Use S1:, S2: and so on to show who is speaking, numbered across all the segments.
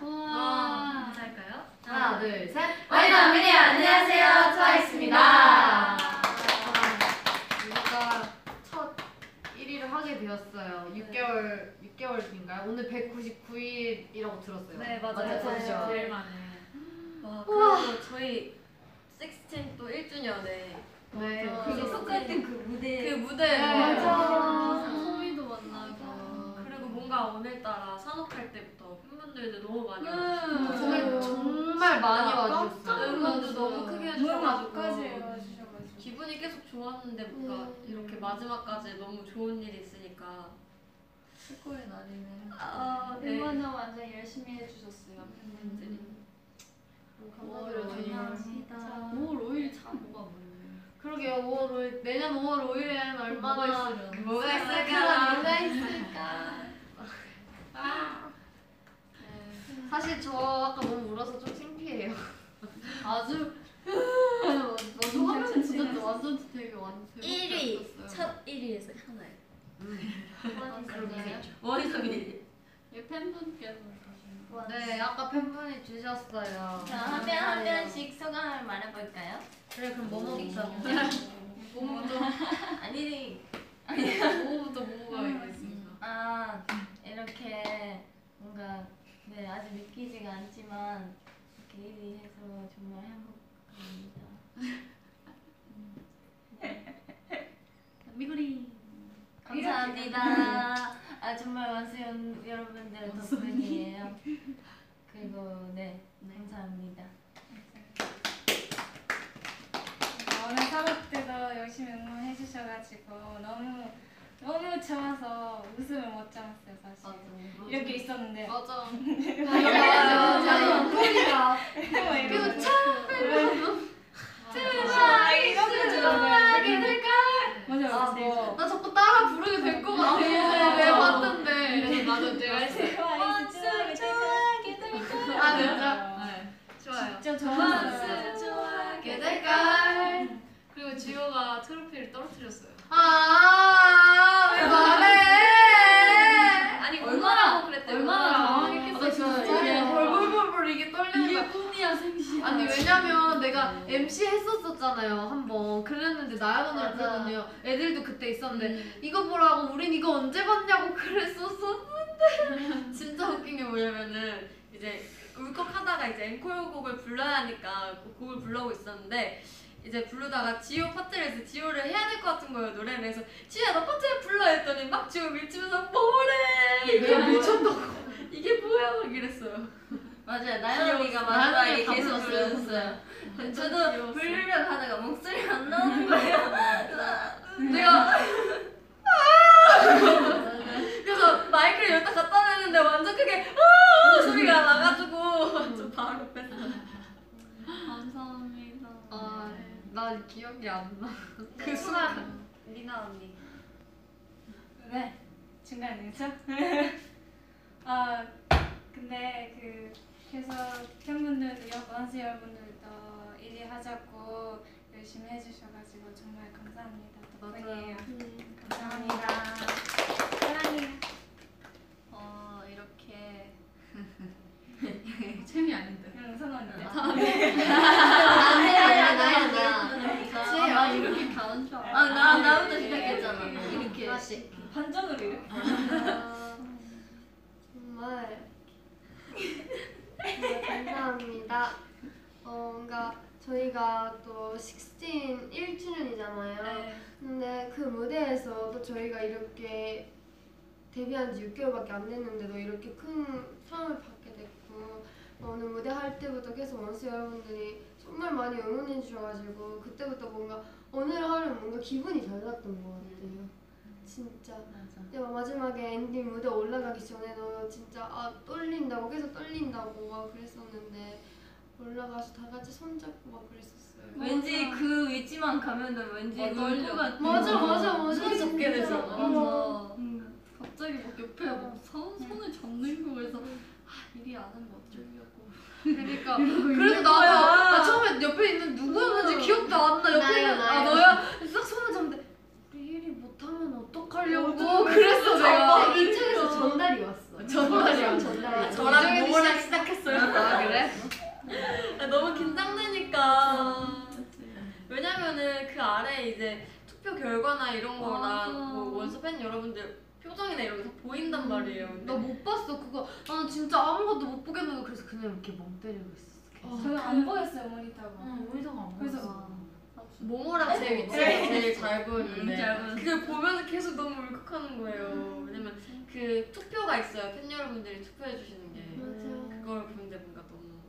S1: 어,
S2: 하나, 둘, 셋.
S1: 아, 네. 와이드 미니 안녕하세요. 트와이스입니다.
S2: 우리가 첫 1위를 하게 되었어요. 6개월 6개월 뒤인가요? 오늘 199일이라고 들었어요.
S3: 네
S2: 맞아요.
S3: 맞아요.
S2: 맞아요.
S3: 제일 많이. 와 그리고 저희 16 또 1주년에
S2: 네.
S3: 맞아요.
S2: 그래서
S3: 그래서
S1: 똑같은 그 무대.
S3: 그 무대
S2: 네, 맞아.
S3: 소미도 만나고 그리고 뭔가 오늘따라 산업할 때부터 팬분들도 너무 많이
S1: 음.
S3: 와주셨고
S2: 정말 정말 많이
S3: 진짜
S2: 와주셨어요.
S3: 응원도 너무 크게
S1: 모임
S3: 해주셔가지고
S1: 앞까지 와주셔가지고.
S3: 기분이 계속 좋았는데 뭔가
S1: 음.
S3: 이렇게 마지막까지 너무 좋은 일이 있으니까
S2: 최고의 날이네.
S1: 아,
S3: 네.
S1: 응원을 완전 열심히 해주셨어요 팬분들이.
S2: 감사드려요.
S1: 감사합니다.
S2: 5월 5일 참 뭐가 많네. 그러게요. 5월 5일 내년 5월 5일에는
S3: 뭐가
S2: 얼마나
S3: 있으려나.
S1: 아,
S2: 뭐가 있을까?
S3: 있을까?
S2: 뭐가 있을까? 네. 사실 저 아까 너무 울어서 좀 창피해요. 아주
S1: 음,
S2: 너무 화면 진짜 완전 되게 완전
S3: 1위 첫 1위에서 하나요.
S2: 그러게요.
S3: 원성이
S1: 팬분께서
S2: 네, 아까 팬분이 주셨어요.
S1: 한
S3: 소감을 말해볼까요?
S2: 그래 그럼 뭐 먹자.
S1: 몸도
S3: 아니
S2: 뭐부터 뭐가 있겠습니까?
S3: 아 이렇게 뭔가 네 아직 믿기지가 않지만 이렇게 1위 해서 정말 행복합니다.
S1: 네. 미구리.
S3: 감사합니다. 아 정말 원수연 여러분들 덕분이에요. 그리고 네 감사합니다.
S4: 어, 오늘 사업 때도 열심히 응원해 주셔가지고 너무 너무 좋아서 웃음을 못 참았어요 어, 사실. 이렇게 있었는데
S2: 맞아.
S1: 맞아.
S2: 맞아.
S4: 이러고
S2: 이렇게 좋아하게 될까?
S4: 맞아
S3: 아,
S4: 맞아.
S3: 뭐.
S2: 나 자꾸 따라 부르게 될 것 같아. 내가 봤는데. 그래서 나도 내가 했어요.
S4: 좋아해 좋아해 좋아하게 될까?
S2: 아, 진짜? 네. 좋아요.
S4: 진짜 좋아했어요.
S2: 좋아하게
S5: 그리고 지호가 트로피를 떨어뜨렸어요.
S2: 아, 왜 말해?
S5: 아니
S3: 얼마나-
S5: 얼마나 그랬대?
S3: 얼마나 당황해.
S2: 나 진짜 이게 벌벌벌벌 이게 떨리는 거야.
S1: 이게 꿈이야 생시야.
S2: 아니 왜냐면 내가 MC 했었었잖아요 한번 그랬는데 나연 언니랑
S1: 맞아.
S2: 그랬거든요 애들도 그때 있었는데 이거 보라고 우린 이거 언제 봤냐고 그랬었었는데
S3: 진짜 웃긴 게 뭐냐면은 이제 울컥하다가 이제 앵콜 곡을 불러야 하니까 그 곡을 불러오고 있었는데 이제 부르다가 지효 파트를 해서 지효를 해야 될 것 같은 거예요 노래를 그래서 지효야 너 파트를 불러 했더니 막 지효 밀치면서 뭐래 이게
S2: 내가
S3: 뭐-
S2: 미쳤다고
S3: 이게 뭐야 막 이랬어요
S6: 맞아요. 나연 언니가
S2: 나연 언니가
S6: 마지막에
S2: 다
S6: 계속
S2: 불렀어요.
S6: 불러줬어요.
S3: 귀여웠어요.
S6: 저도 부르려고 하다가 목소리가 안 나오는 거예요.
S3: 내가 그래서 마이크를 여기다 갖다 냈는데 완전 크게 아 소리가 나가지고 좀 바로 뺐어요
S1: 감사합니다.
S2: 아난 아, 네. 기억이 안나그 순간
S3: 순간 리나 언니
S4: 네 중간에서 아 근데 그 계속 팬분들도 여- 원수 여러분들도 일이 하자고 열심히 해주셔가지고 정말 감사합니다 덕분이에요 감사합니다 사랑해요
S3: 어 이렇게
S1: 재미 아닌데.
S4: 응 선언이
S2: 아, 나야 나야
S1: 아, 나 이렇게 가는 줄 알아. 네.
S6: 아, 나, 나부터 시작했잖아. 이렇게.
S2: 하나씩
S4: 반전으로 이렇게
S2: 아, 정말 정말 네, 감사합니다. 어, 뭔가 저희가 또 16 1주년이잖아요.
S1: 네.
S2: 근데 그 무대에서 또 저희가 이렇게 데뷔한 지 6개월밖에 안 됐는데도 이렇게 큰 상을 받게 됐고 어, 오늘 무대 할 때부터 계속 원수 여러분들이 정말 많이 응원해 주셔가지고 그때부터 뭔가 오늘 하루 뭔가 기분이 달랐던 것 같아요. 진짜 야, 마지막에 엔딩 무대 올라가기 전에도 진짜 아 떨린다고 계속 떨린다고 막 그랬었는데 올라가서 다 같이 손잡고 막 그랬었어요.
S6: 왠지 그 위치만 가면 은 왠지 울것 같아.
S2: 맞아 맞아 맞아.
S3: 손 잡게
S7: 음.
S3: 되죠.
S2: 어.
S1: 음, 갑자기 막 옆에 막
S7: 음.
S1: 손, 손을 잡는 거 그래서 아, 일이 안 하면 어쩌려고.
S2: 그러니까 그래서 나도 나 처음에 옆에 있는 누구였는지 기억도 안 나. 옆에 있는 아 너야. 싹 손을 잡는데 우리 일이 못하면 어떡하려고 그랬어 내가.
S6: 이쪽에서 전달이 왔어.
S2: 전달이야 전달.
S3: 저랑
S2: 이쪽에서
S3: 모모랑
S2: 시작했어요. 아 그래?
S3: 아, 왜냐면은 그 아래 이제 투표 결과나 이런 거나
S1: 맞아.
S3: 뭐 원서 팬 여러분들 표정이나 이런 게 다 보인단 말이에요. 근데
S2: 나 못 봤어 그거. 나 진짜 아무것도 못 보겠는 거 그래서 그냥 이렇게 멍 때리고 있었어. 계속.
S7: 저는 안 보였어요 모니터가.
S6: 우리도 안
S7: 그래서
S2: 어.
S3: 모모랑 제 위치가 제일 잘
S6: 음,
S3: 보였는데
S6: 잘 보였어.
S3: 그걸 보면서 계속 너무 울컥하는 거예요. 왜냐면 그 투표가 있어요. 팬 여러분들이 투표해 주시는 게
S8: 맞아.
S3: 그걸 보는데 뭔가 너무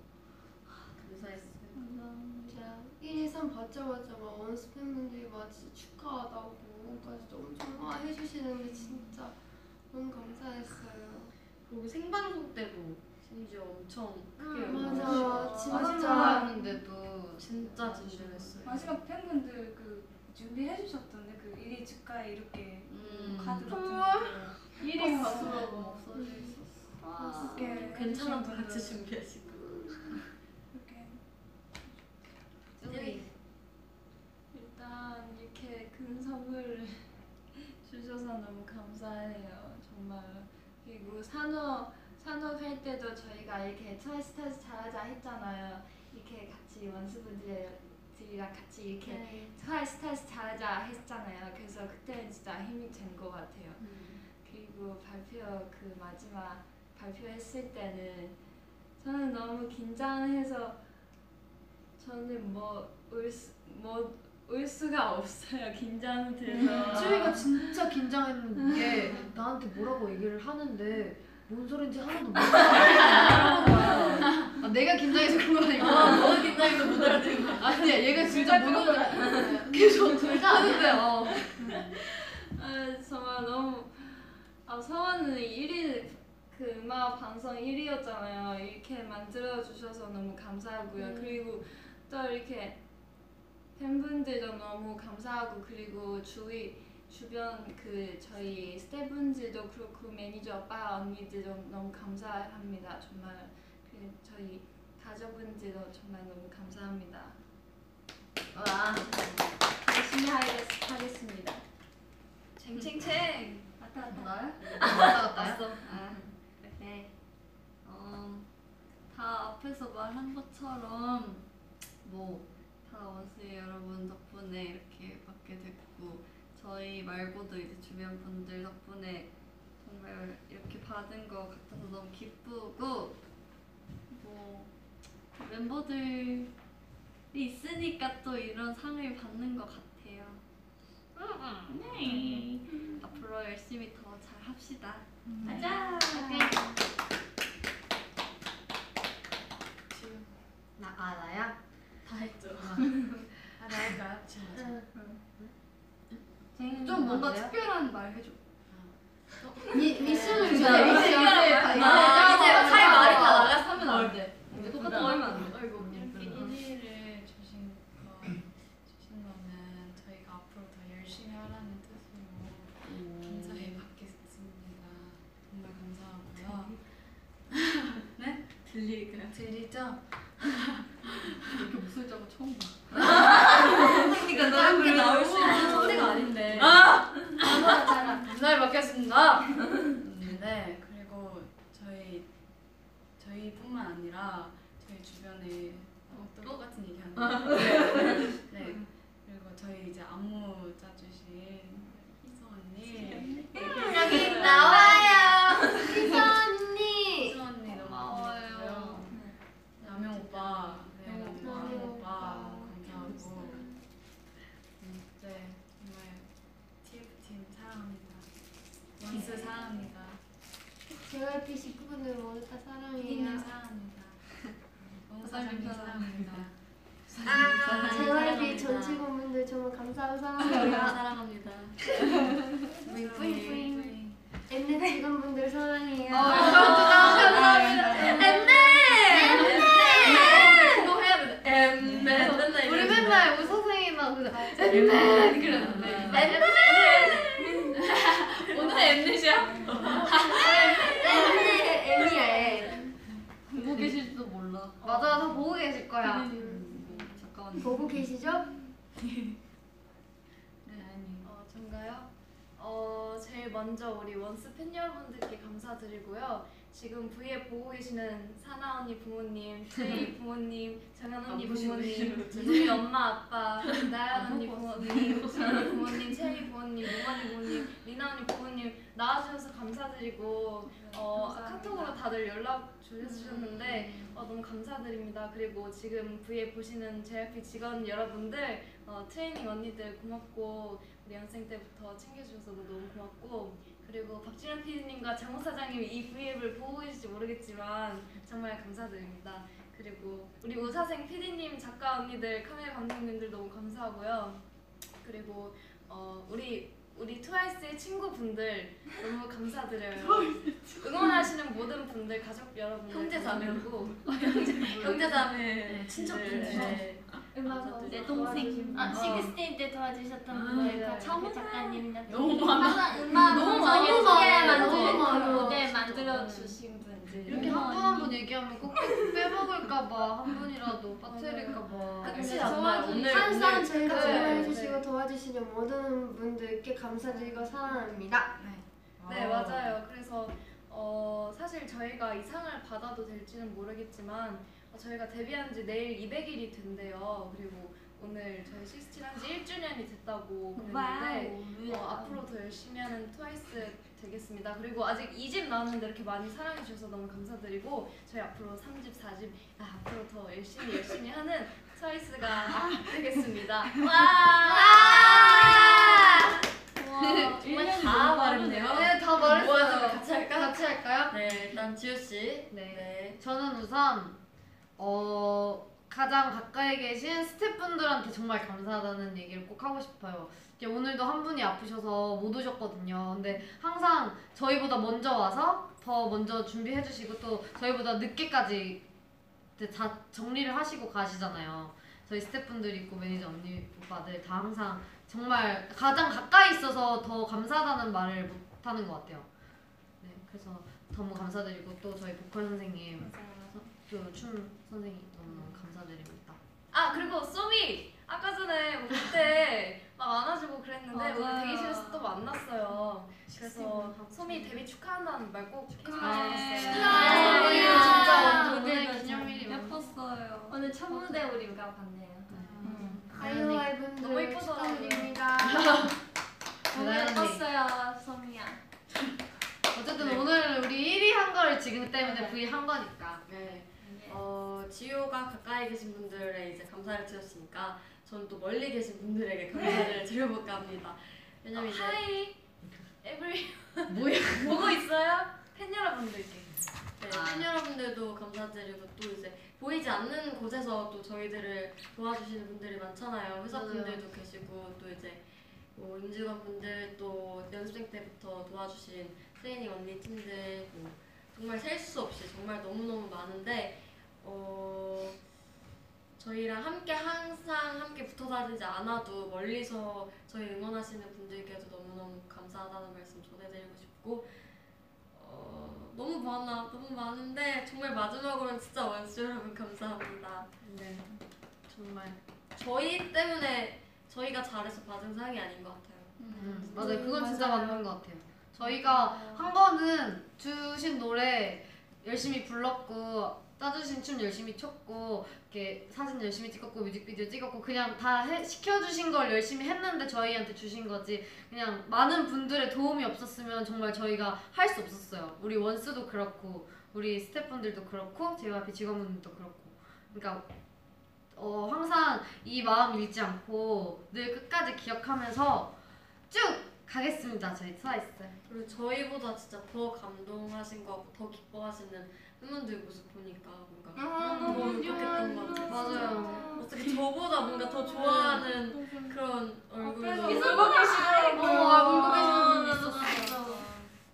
S3: 아, 감사했어요.
S8: 맞아. 1, 2, 3 받자마자가 원스 팬분들이 막 진짜 축하하다고까지도 엄청 막 해주시는데 진짜 너무 감사했어요.
S3: 그리고 생방송 때도 심지어 엄청 크게
S8: 맞아.
S6: 맞아.
S8: 진짜.
S6: 하는데도
S3: 진짜 진심했어요.
S7: 마지막 팬분들 그 준비해 주셨던데 그 일이 축하해 이렇게
S3: 음.
S7: 카드 같은 거. 어. 일이 가수라고.
S6: 없어져 있었어.
S7: 어떡해.
S3: 아, 괜찮아 다 같이 준비하시고
S7: 이렇게
S3: 우리
S4: 일단
S7: 네,
S4: 이렇게
S7: 그
S4: 큰 선물을 주셔서 너무 감사해요. 정말 그리고 산업 산업 할 때도 저희가 이렇게 트와이스 타스 잘하자 했잖아요. 이렇게 같이 원수분들이랑 같이 이렇게 트와이스 타스 잘하자 했잖아요. 그래서 그때는 진짜 힘이 된 것 같아요. 그리고 발표 그 마지막 발표했을 때는 저는 너무 긴장해서 저는 뭐 뭐울뭐 울 수가 없어요 긴장 돼서
S2: 주희가 진짜 긴장했는 게
S3: 음.
S2: 나한테 뭐라고 얘기를 하는데 뭔 소린지 하나도 못 알아듣는 거야. 아, 내가 긴장해서 그런 건 아니고
S3: 너무 긴장해서 못 알아듣는 거
S2: 아니야 얘가 진짜 못 알아듣는 계속 둘다
S3: 그러니까,
S2: 아는데 어.
S4: 아, 정말 너무 아 서원은 1위 그 음악 방송 1위였잖아요 이렇게 만들어 주셔서 너무 감사하고요 그리고 또 이렇게 팬분들도 너무 감사하고 그리고 주위 주변 그 저희 스태프분들도 그렇고 매니저 오빠 언니들도 너무 감사합니다 정말 그 저희 가족분들도 정말 너무 감사합니다
S6: 와.
S4: 열심히 하겠- 하겠습니다.
S6: 쟁쟁쟁. 왔다 왔다. 나요?
S3: 왔어
S6: 아. 오케이.
S1: 어, 다 앞에서 말한 것처럼 뭐 다 원스 여러분 덕분에 이렇게 받게 됐고 저희 말고도 이제 주변 분들 덕분에 정말 이렇게 받은 거 같아서 너무 기쁘고 뭐 멤버들이 있으니까 또 이런 상을 받는 것 같아요. 네. 앞으로 열심히 더 잘 합시다.
S6: 가자. 나 아, 나야?
S3: 다 했죠
S6: 아, 나일까요?
S1: 좀 음, 뭔가 특별한 말 해줘.
S3: 어,
S2: 미, 미션을
S3: 네,
S2: 줘야 돼.
S3: 미션을
S2: 미션을
S3: 아,
S2: 다
S3: 나
S2: 이제 아,
S3: 이제 차이 말이 다 나갔으면 안 돼. 똑같은 거 하면 안 돼.
S4: 이렇게 1위를 주신 거 주신 거는 저희가 앞으로 더 열심히 하라는 뜻으로
S1: 음.
S4: 감사히 받겠습니다. 정말 감사하고요. 네?
S3: 들릴까요?
S4: 드리죠.
S1: 이렇게 목소리 짜고 처음 봐.
S3: 그러니까 너랑 게 나올 수 있는 상대가 아닌데.
S2: 잘 받겠습니다.
S4: 네 그리고 저희 저희뿐만 아니라 저희 주변에 어, 또 똑같은 얘기하는 네 그리고 저희 이제 안무 짜주신 희성 언니
S3: 여기 나와요.
S8: 희사 언니!
S4: 희성 언니 너무 고마워요 남영 오빠 네 남영
S8: 남영
S4: 오빠 감사하고 네 정말 TF 팀 사랑합니다 원스 사랑합니다
S8: JYP 19분들 모두 다
S4: 피디님
S8: 사랑해요.
S4: 사랑합니다
S1: 사장님
S4: 원사님 사랑합니다
S3: 아,
S8: 아, JYP 전체분들 정말 감사합니다.
S3: 사랑합니다.
S8: 뿌잉 뿌잉. 엠넷 직원분들 사랑해요.
S3: 그거 해야 돼. 엠 맨날
S2: 우리 맨날 우선생이나 그냥
S3: 맨 그랬는데.
S4: 오늘 엠넷이야?
S1: 보고 계실지도 몰라.
S2: 맞아 다 보고 계실 거야.
S1: 잠깐만.
S8: 보고 계시죠?
S4: 어, 전가요? 어, 제일 먼저 우리 원스 팬 여러분들께 감사드리고요. 지금 V에 보고 계시는 사나 언니 부모님, 세희 부모님, 정현 언니
S3: 안 보시고
S4: 아, 부모님,
S3: 계시는데.
S4: 우리 엄마 아빠, 나연 언니 부모님, 정현 부모님, 채희 부모님, 노만이 부모님, 리나 언니 부모님 나와주셔서 감사드리고 어, 카톡으로 다들 연락 주셨는데 어, 너무 감사드립니다. 그리고 지금 V에 보시는 JYP 직원 여러분들 어, 트레이닝 언니들 고맙고 우리 연생 때부터 챙겨주셔서 너무 고맙고 그리고 박진영 PD님과 장호 사장님이 이 V앱을 보고 계실지 모르겠지만 정말 감사드립니다. 그리고 우리 우사생 PD님, 작가 언니들, 카메라 감독님들 너무 감사하고요. 그리고 어, 우리 우리 트와이스의 친구분들 너무 감사드려요. 응원하시는 모든 분들, 가족 여러분들
S3: 형제 자매.
S4: 그리고
S3: 형제자매 친척분들
S4: 네.
S6: 음악 내 동생 아 식스틴 때 도와주셨던 분들
S4: 어. 네.
S6: 참 작가님이나
S3: 너무 많아.
S6: 하나 음악
S3: 너무
S6: 방송에
S3: 많아.
S6: 소개를
S3: 너무
S6: 만들-
S8: 많아.
S6: 무대 만들어 주신 분들
S3: 음.
S2: 이렇게 한 분 한 분 얘기하면 꼭 빼먹을까봐 한 분이라도 빠뜨릴까봐
S3: 끝이 안 나요 아, 오늘
S8: 항상
S3: 오늘
S8: 저희가
S3: 끝까지 네.
S8: 좋아해주시고 도와주시는 모든 분들께 감사드리고 사랑합니다.
S4: 네 맞아요. 그래서 어, 사실 저희가 이 상을 받아도 될지는 모르겠지만 어, 저희가 데뷔한 지 내일 200일이 된대요. 그리고 오늘 저희 시스티한 지 1주년이 됐다고 그랬는데 어, 앞으로 더 열심히 하는 트와이스 되겠습니다. 그리고 아직 2집 나왔는데 이렇게 많이 사랑해 주셔서 너무 감사드리고 저희 앞으로 3집, 4집 아, 앞으로 더 열심히 열심히 하는 트와이스가 되겠습니다.
S3: 정말 다 말했네요
S2: 네, 다 말했어요.
S3: 모아서 같이 할까?
S2: 같이 할까요?
S3: 네 일단 지효씨
S2: 네. 저는 우선 어 가장 가까이 계신 스태프분들한테 정말 감사하다는 얘기를 꼭 하고 싶어요. 이제 오늘도 한 분이 아프셔서 못 오셨거든요. 근데 항상 저희보다 먼저 와서 더 먼저 준비해 주시고 또 저희보다 늦게까지 이제 다 정리를 하시고 가시잖아요. 저희 스태프분들 있고 매니저 언니 오빠들 다 항상 정말 가장 가까이 있어서 더 감사하다는 말을 못 하는 것 같아요. 네, 그래서 너무 감사드리고 또 저희 보컬 선생님 또 춤 선생님 너무 감사드립니다.
S4: 아 그리고 쏘미 아까 전에 뭐 그때 막 안아주고 그랬는데
S1: 맞아요.
S4: 오늘 대기실에서 또 만났어요. 그래서
S2: 식스틴
S4: 쏘미 데뷔 축하한다는 말 꼭
S1: 축하해.
S4: 해주세요. 네,
S6: 축하해요.
S4: 진짜
S6: 오늘
S1: 오늘
S6: 기념일이
S1: 예뻤어요.
S6: 오늘 첫 무대 우리가 봤네요
S3: 네.
S8: 아이오아이 분들
S4: 너무 예뻐서.
S8: 축하드립니다.
S4: 네.
S6: 너무
S2: 대단히.
S6: 예뻤어요 소미야
S2: 어쨌든
S3: 네.
S2: 오늘 우리 1위 한 거를 지금 때문에 V 한 거니까.
S3: 네. 어, 지효가 가까이 계신 분들의 이제 감사를 드렸으니까 저는 또 멀리 계신 분들에게 감사를 드려볼까 합니다. 왜냐면 이제
S4: 네. 어, 하이 에브리
S2: 뭐야?
S4: 보고 있어요? 팬 여러분들께. 아.
S3: 네, 팬 여러분들도 감사드리고 또 이제 보이지 않는 곳에서 또 저희들을 도와주시는 분들이 많잖아요. 회사분들도 계시고 또 이제 뭐 임직원분들 또 연습생 때부터 도와주신 트레이닝 언니 팀들 뭐 정말 셀 수 없이 정말 너무너무 많은데 어 저희랑 함께 항상 함께 붙어 다니지 않아도 멀리서 저희 응원하시는 분들께도 너무너무 감사하다는 말씀 전해드리고 싶고 어, 너무 많아 너무 많은데 정말 마지막으로는 진짜 원수 여러분 감사합니다.
S2: 네. 정말.
S3: 저희 때문에 저희가 잘해서 받은 상이 아닌 것 같아요.
S2: 음, 맞아요. 그건 진짜 맞는 것 같아요. 저희가 한 거는 주신 노래 열심히 불렀고 짜주신 춤 열심히 췄고 이렇게 사진 열심히 찍었고 뮤직비디오 찍었고 그냥 다 해- 시켜주신 걸 열심히 했는데 저희한테 주신 거지 그냥 많은 분들의 도움이 없었으면 정말 저희가 할 수 없었어요. 우리 원수도 그렇고 우리 스태프분들도 그렇고 JYP 직원분들도 그렇고 그러니까 어, 항상 이 마음 잃지 않고 늘 끝까지 기억하면서 쭉 가겠습니다 저희 트와이스
S3: 그리고 저희보다 진짜 더 감동하신 것 같고 더 기뻐하시는 팬분들 모습 보니까 뭔가 너무 행복했던 것 같아요.
S2: 맞아요
S3: 어떻게 저보다 뭔가 더 좋아하는 그런 아, 얼굴로
S4: 앞에서
S3: 울고
S2: 어 울고
S3: 네,
S2: 계시는 분 있었어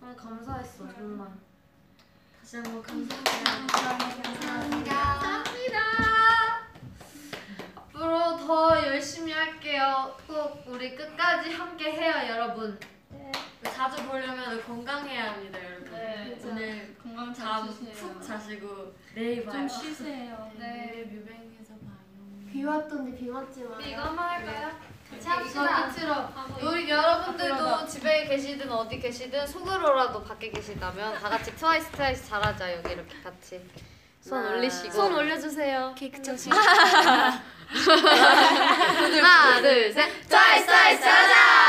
S2: 너무 감사했어 정말
S3: 다시 한번 감사합니다.
S2: 앞으로 더 열심히 할게요 꼭 우리 끝까지 함께 해요 여러분
S3: 자주 보려면 건강해야 합니다, 여러분.
S4: 네.
S3: 오늘
S1: 건강 잘 주세요.
S3: 잠푹 자시고 내일 봐요.
S1: 좀 쉬세요.
S4: 네.
S8: 비 왔던데 비 맞지만.
S4: 이거 한번 할까요?
S2: 가요.
S8: 합시다.
S2: 이거 끝으로 우리 여러분들도 집에 계시든 어디 계시든 속으로라도 밖에 계시다면 다 같이 트와이스 트와이스 잘하자 여기 이렇게 같이 손 올리시고 손 올려주세요 음. 케이크 점심 하나 둘셋 트와이스 트와이스 잘하자